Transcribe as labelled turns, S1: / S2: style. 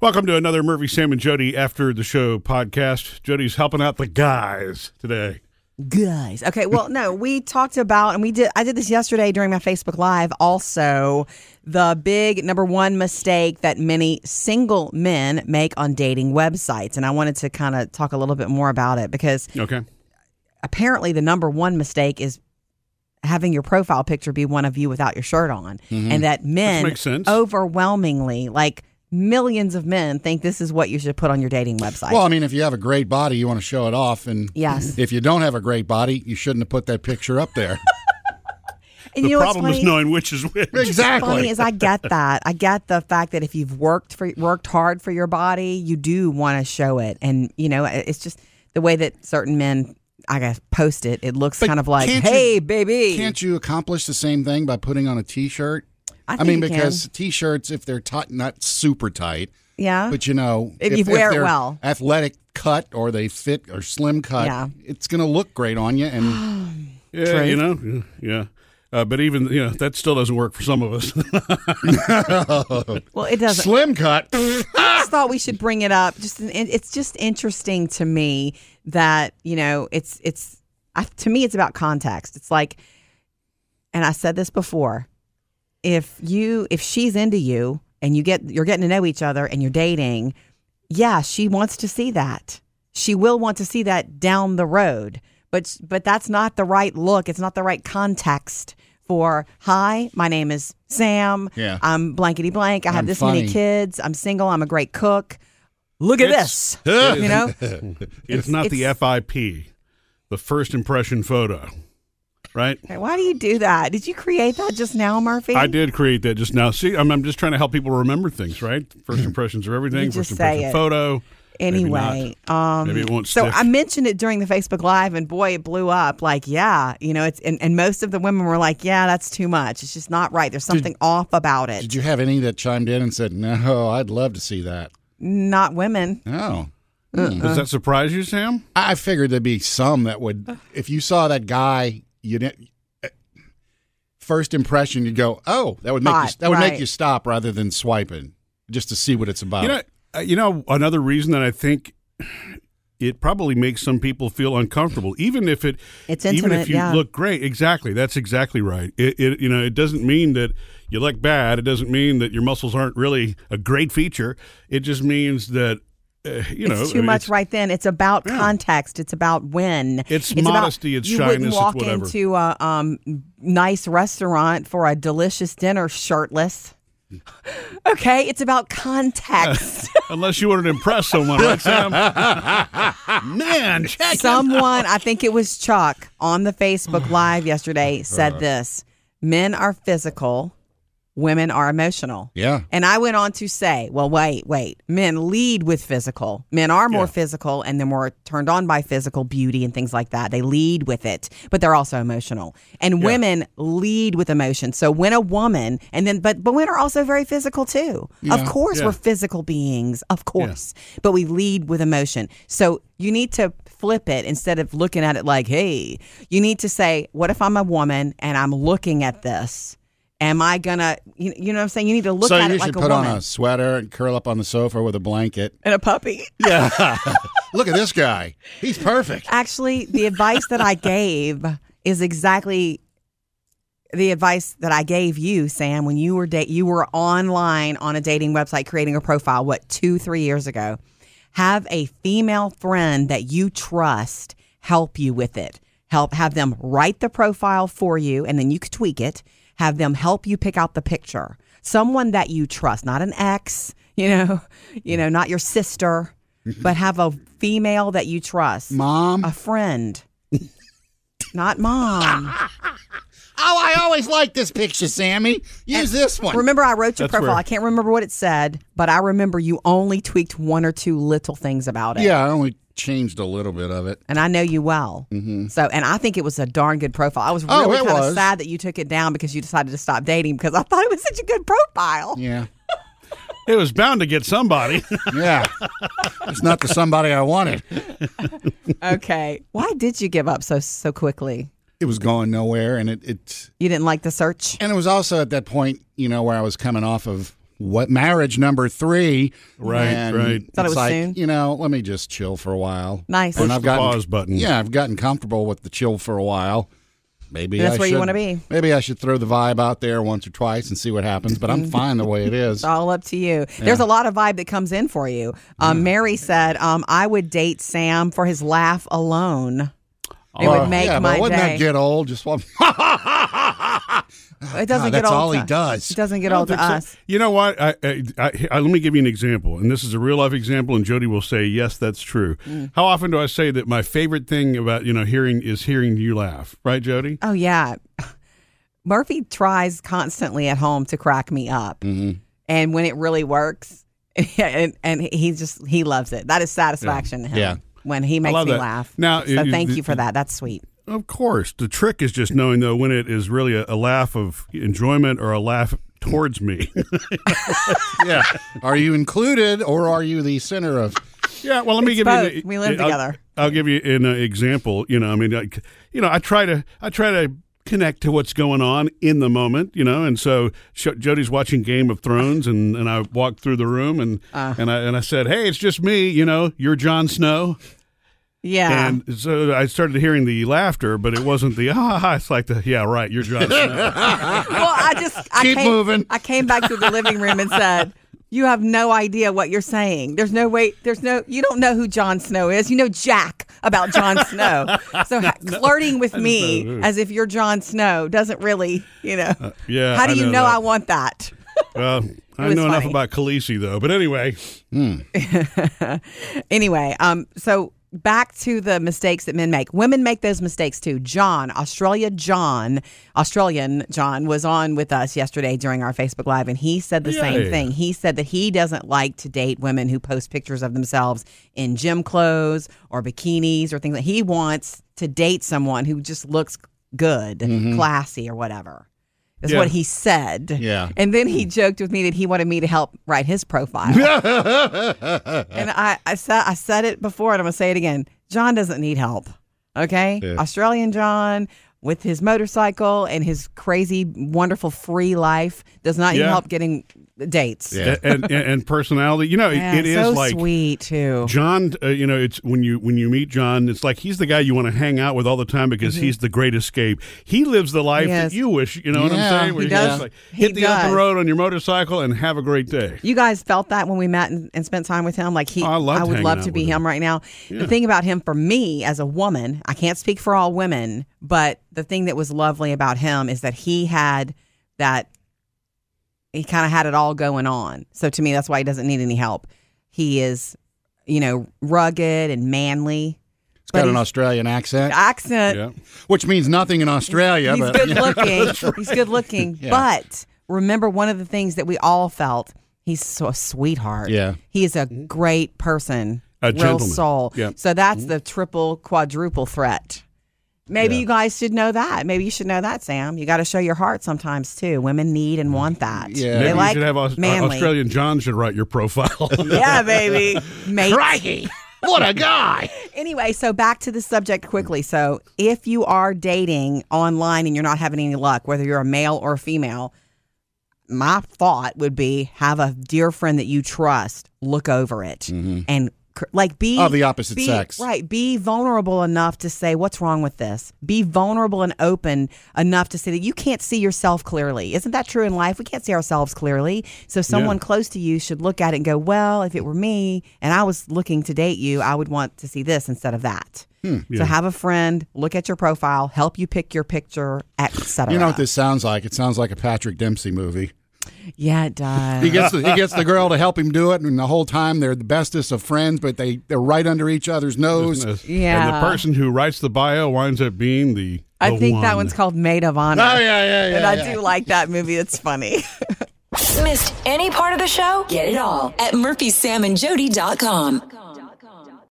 S1: Welcome to another Murphy, Sam, and Jody After the Show podcast. Jody's helping out the guys today.
S2: guys. Okay, well, no, we talked about and we did I did this yesterday during my Facebook live also the big number one mistake that many single men make on dating websites and I wanted to kind of talk a little bit more about it because
S1: Okay.
S2: apparently the number one mistake is having your profile picture be one of you without your shirt on and that men
S1: Mm-hmm. makes sense.
S2: overwhelmingly like millions of men think this is what you should put on your dating website.
S3: Well, I mean, if you have a great body, you want to show it off, and
S2: Yes.
S3: if you don't have a great body, you shouldn't have put that picture up there.
S2: and
S1: The
S2: you know what's
S1: problem is
S2: funny?
S1: knowing which is which.
S2: funny
S3: exactly.
S2: is I get that. I get the fact that if you've worked for worked hard for your body, you do want to show it, and you know it's just the way that certain men, I guess, post it. It looks
S3: But
S2: kind of like,
S3: can't
S2: "Hey,
S3: you-
S2: baby."
S3: Can't you accomplish the same thing by putting on a t-shirt?
S2: I, think
S3: mean,
S2: you can.
S3: because t-shirts, if they're tight, not super tight,
S2: yeah,
S3: but you know,
S2: If you wear it
S3: they're
S2: well.
S3: athletic cut or they fit or slim cut,
S2: Yeah.
S3: it's going to look great on you. And
S1: Yeah, you know? Yeah. Uh, but even, you know, that still doesn't work for some of us.
S2: well, it doesn't.
S3: slim cut,
S2: I just thought we should bring it up. Just an, it's just interesting to me that you know it's it's I, to me it's about context. It's like, and I said this before. If you if she's into you and you get you're getting to know each other and you're dating, yeah, she wants to see that. She will want to see that down the road. But but that's not the right look. It's not the right context for hi, my name is Sam.
S3: Yeah.
S2: I'm blankety blank. I have
S3: I'm
S2: this many
S3: funny.
S2: kids. I'm single. I'm a great cook. Look at
S1: It's-
S2: this. you know?
S1: it's not the
S2: it's-
S1: FIP, the first impression photo, right?
S2: Okay, Why do you do that? Did you create that just now, Murphy?
S1: I did create that just now. See, I'm, I'm just trying to help people remember things, right? First impressions are everything.
S2: You just
S1: First
S2: say
S1: impression
S2: it.
S1: photo. Maybe not.
S2: Anyway, um,
S1: Maybe it won't
S2: so
S1: stick.
S2: I mentioned it during the Facebook Live, and boy, it blew up. Like, yeah, you know, it's and, and most of the women were like, yeah, that's too much. It's just not right. There's something off about it.
S3: did you have any that chimed in and said, "No, I'd love to see that"?
S2: not women.
S3: No.
S2: uh-huh.
S1: Does that surprise you, Sam?
S3: I figured there'd be some that would, if you saw that guy, you didn't. eh, First impression, you'd go, "Oh, that would make
S2: Hot,
S3: you, that would
S2: right.
S3: make you stop rather than swiping, just to see what it's about."
S1: You know, uh, you know, another reason that I think it probably makes some people feel uncomfortable, even if it,
S2: It's
S1: even
S2: intimate,
S1: if you
S2: yeah.
S1: look great. Exactly, that's exactly right. It, it, you know, it doesn't mean that you look bad. It doesn't mean that your muscles aren't really a great feature. It just means that, uh, you know,
S2: it's too much
S1: it's-
S2: right then. It's about context. It's about when.
S1: It's
S2: about-
S1: modesty, it's
S2: you
S1: shyness,
S2: wouldn't
S1: it's
S2: walk
S1: whatever.
S2: into a um, nice restaurant for a delicious dinner shirtless. okay, it's about context.
S1: Unless you wanted to impress someone, right, Sam? Man, check.
S2: Someone, I think it was Chuck on the Facebook Live yesterday,
S1: Uh-huh.
S2: said this: Men are physical, women are emotional.
S3: yeah,
S2: And I went on to say, well, wait, wait. Men lead with physical. Men are more
S1: Yeah.
S2: physical and they're more turned on by physical beauty and things like that. They lead with it, but they're also emotional. And women lead with emotion. So when a woman, and then, but, but women are also very physical too. Of course,
S1: Yeah.
S2: we're physical beings, of course, but we lead with emotion. So you need to flip it instead of looking at it like, hey, you need to say, what if I'm a woman and I'm looking at this? Am I gonna, you, you know what I'm saying? You need to look
S3: so
S2: at
S3: you
S2: it
S3: should
S2: like
S3: put
S2: a
S3: on
S2: woman
S3: a sweater and curl up on the sofa with a blanket.
S2: and a puppy.
S3: Yeah, look at this guy; he's perfect.
S2: Actually, the advice that I gave is exactly the advice that I gave you, Sam, when you were date you were online on a dating website creating a profile what 2 3 years ago. Have a female friend that you trust help you with it. Help have them write the profile for you and then you could tweak it. Have them help you pick out the picture. Someone that you trust, not an ex, you know, you know, not your sister, but have a female that you trust.
S3: Mom,
S2: A friend. Not mom.
S3: oh, I always like this picture, Sammy. Use this one.
S2: Remember, I wrote your
S1: That's
S2: profile.
S1: where-
S2: I can't remember what it said, but I remember you only tweaked one or two little things about it.
S3: yeah, I only changed a little bit of it.
S2: And I know you well. Mm-hmm. So, and I think it was a darn good profile. I was
S3: Oh,
S2: really
S3: it
S2: kind of
S3: was.
S2: sad that you took it down because you decided to stop dating because I thought it was such a good profile.
S3: Yeah,
S1: It was bound to get somebody.
S3: yeah, it's not the somebody I wanted.
S2: Okay. Why did you give up so so quickly?
S3: It was going nowhere, and it. it
S2: You didn't like the search?
S3: And it was also at that point, you know, where I was coming off of what marriage number three.
S1: Right,
S3: And
S1: right.
S3: It's
S2: Thought it was
S3: like,
S2: soon.
S3: you know, let me just chill for a while.
S2: Nice.
S1: Push
S3: And I've
S1: the
S3: gotten-
S1: pause button.
S3: Yeah, I've gotten comfortable with the chill for a while. Maybe
S2: That's
S3: I
S2: where you
S3: should-
S2: wanna be.
S3: Maybe I should throw the vibe out there once or twice and see what happens. But
S2: Mm-hmm.
S3: I'm fine the way it is.
S2: It's all up to you. There's a lot of vibe that comes in for you. Um, Mary said, um, "I would date Sam for his laugh alone. It
S3: Well,
S2: would make
S3: Oh. Uh, yeah,
S2: my
S3: but wouldn't
S2: day.
S3: that get old? Just one.
S2: it doesn't
S3: God,
S2: get
S3: that's
S2: old
S3: all
S2: to,
S3: he does.
S2: It doesn't get
S1: I
S2: old
S1: don't
S2: to
S1: think so.
S2: us.
S1: uh, You know what? I, I, I, I, let me give you an example, and this is a real life example, and Jody will say, "Yes, that's true." How often do I say that my favorite thing about you know hearing is hearing you laugh, right, Jody?
S2: Oh yeah, Murphy tries constantly at home to crack me up, and when it really works, and, and he just he loves it. That is satisfaction to him.
S3: Yeah.
S2: When he makes
S1: love
S2: me
S1: that.
S2: laugh.
S1: Now,
S2: so
S1: it-
S2: thank
S1: it-
S2: you for that. That's sweet.
S1: Of course. The trick is just knowing though when it is really a, a laugh of enjoyment or a laugh towards me.
S3: yeah. Are you included or are you the center of?
S1: Yeah, well, let me give you.
S2: both. We live
S1: I'll-
S2: together.
S1: I'll give you an uh, example. You know, I mean, like, you know, I try to, I try to connect to what's going on in the moment. You know, and so Sh- Jody's watching Game of Thrones, and, and I walked through the room, and
S2: Ah.
S1: and I and I said, "Hey, it's just me." You know, you're Jon Snow,
S2: Yeah.
S1: and so I started hearing the laughter, but it wasn't the ah. ha, ha." It's like the yeah, right. You're Jon Snow.
S2: well, I just I
S3: Keep
S2: came,
S3: moving.
S2: I came back to the living room and said, "You have no idea what you're saying. There's no way. There's no. You don't know who Jon Snow is. You know Jack about Jon Snow. So ha flirting with me as if you're Jon Snow doesn't really, you know.
S1: Uh, yeah,
S2: How do
S1: I
S2: you
S1: know
S2: know
S1: that.
S2: I want that?
S1: well, I
S2: was
S1: know enough
S2: funny.
S1: about Khaleesi though, but anyway,
S2: anyway, um, so back to the mistakes that men make. Women make those mistakes too. John, Australia John, Australian John was on with us yesterday during our Facebook Live and he said the
S1: Yay.
S2: same thing. He said that he doesn't like to date women who post pictures of themselves in gym clothes or bikinis or things like he wants to date someone who just looks good, classy or whatever. Is
S1: Mm-hmm. Yeah.
S2: what he said.
S3: Yeah.
S2: And then he joked with me that he wanted me to help write his profile. And I, I said I said it before, and I'm gonna say it again. John doesn't need help. Okay, Australian John with his motorcycle and his crazy, wonderful free life does not need
S1: Yeah.
S2: help getting dates.
S3: Yeah.
S1: and, and and personality. You know, it-
S2: Yeah,
S1: it is
S2: so
S1: like
S2: sweet too.
S1: John, uh, you know, it's when you when you meet John, it's like he's the guy you want to hang out with all the time because he's the great escape. He lives the life
S2: Mm-hmm. Yes.
S1: that you wish. You know what I'm
S3: Yeah.
S1: saying?
S3: He
S1: you're
S2: does.
S1: just like,
S2: He
S1: hit the
S2: does.
S1: open road on your motorcycle and have a great day.
S2: You guys felt that when we met and, and spent time with him. Like he,
S1: Oh, I loved
S2: would
S1: hanging
S2: love
S1: out
S2: to be
S1: with
S2: him,
S1: him.
S2: right now. The thing about him, for me as a woman, I can't speak for all women, but the thing that was lovely about him is that he had that. He kind of had it all going on. So to me, that's why he doesn't need any help. He is, you know, rugged and manly.
S3: It's got
S2: But
S3: an
S2: he's-
S3: Australian accent,
S2: Accent
S1: Yeah.
S3: which means nothing in Australia.
S2: he's
S3: but
S2: good looking. He's good looking. But remember, one of the things that we all felt. He's so a sweetheart.
S3: Yeah.
S2: he is a great person,
S1: A
S2: real
S1: gentleman.
S2: soul.
S1: Yeah. Mm-hmm.
S2: So that's the triple, quadruple threat. Maybe you guys should know that. Maybe you should know that, Sam. You got to show your heart sometimes too. Women need and want that.
S3: Yeah.
S2: they
S1: Maybe
S2: like
S1: you should have Aus- uh,
S2: manly.
S1: Australian John should write your profile.
S2: Yeah, baby. Mate.
S3: Crikey, what a guy!
S2: Anyway, so back to the subject quickly. So, if you are dating online and you're not having any luck, whether you're a male or a female, my thought would be have a dear friend that you trust look over it and cr- like be
S3: Of Mm-hmm. Oh, the opposite
S2: be-
S3: sex.
S2: right be vulnerable enough to say what's wrong with this be vulnerable and open enough to say that you can't see yourself clearly isn't that true in life we can't see ourselves clearly so someone close to you should look at it and go well if it were me and i was looking to date you i would want to see this instead of that
S3: Hmm.
S2: so have a friend look at your profile help you pick your picture etc
S3: You know what this sounds like? It sounds like a Patrick Dempsey movie.
S2: yeah it does
S3: He gets the, he gets the girl to help him do it, and the whole time they're the bestest of friends, but they they're right under each other's nose.
S2: Yeah.
S1: And the person who writes the bio winds up being the.
S2: I
S1: the
S2: think that
S1: one.
S2: one's called Maid of Honor.
S3: Oh yeah, yeah, yeah.
S2: and I
S3: yeah.
S2: do like that movie. It's funny.
S4: Missed any part of the show? Get it all at murphysamandjody.com.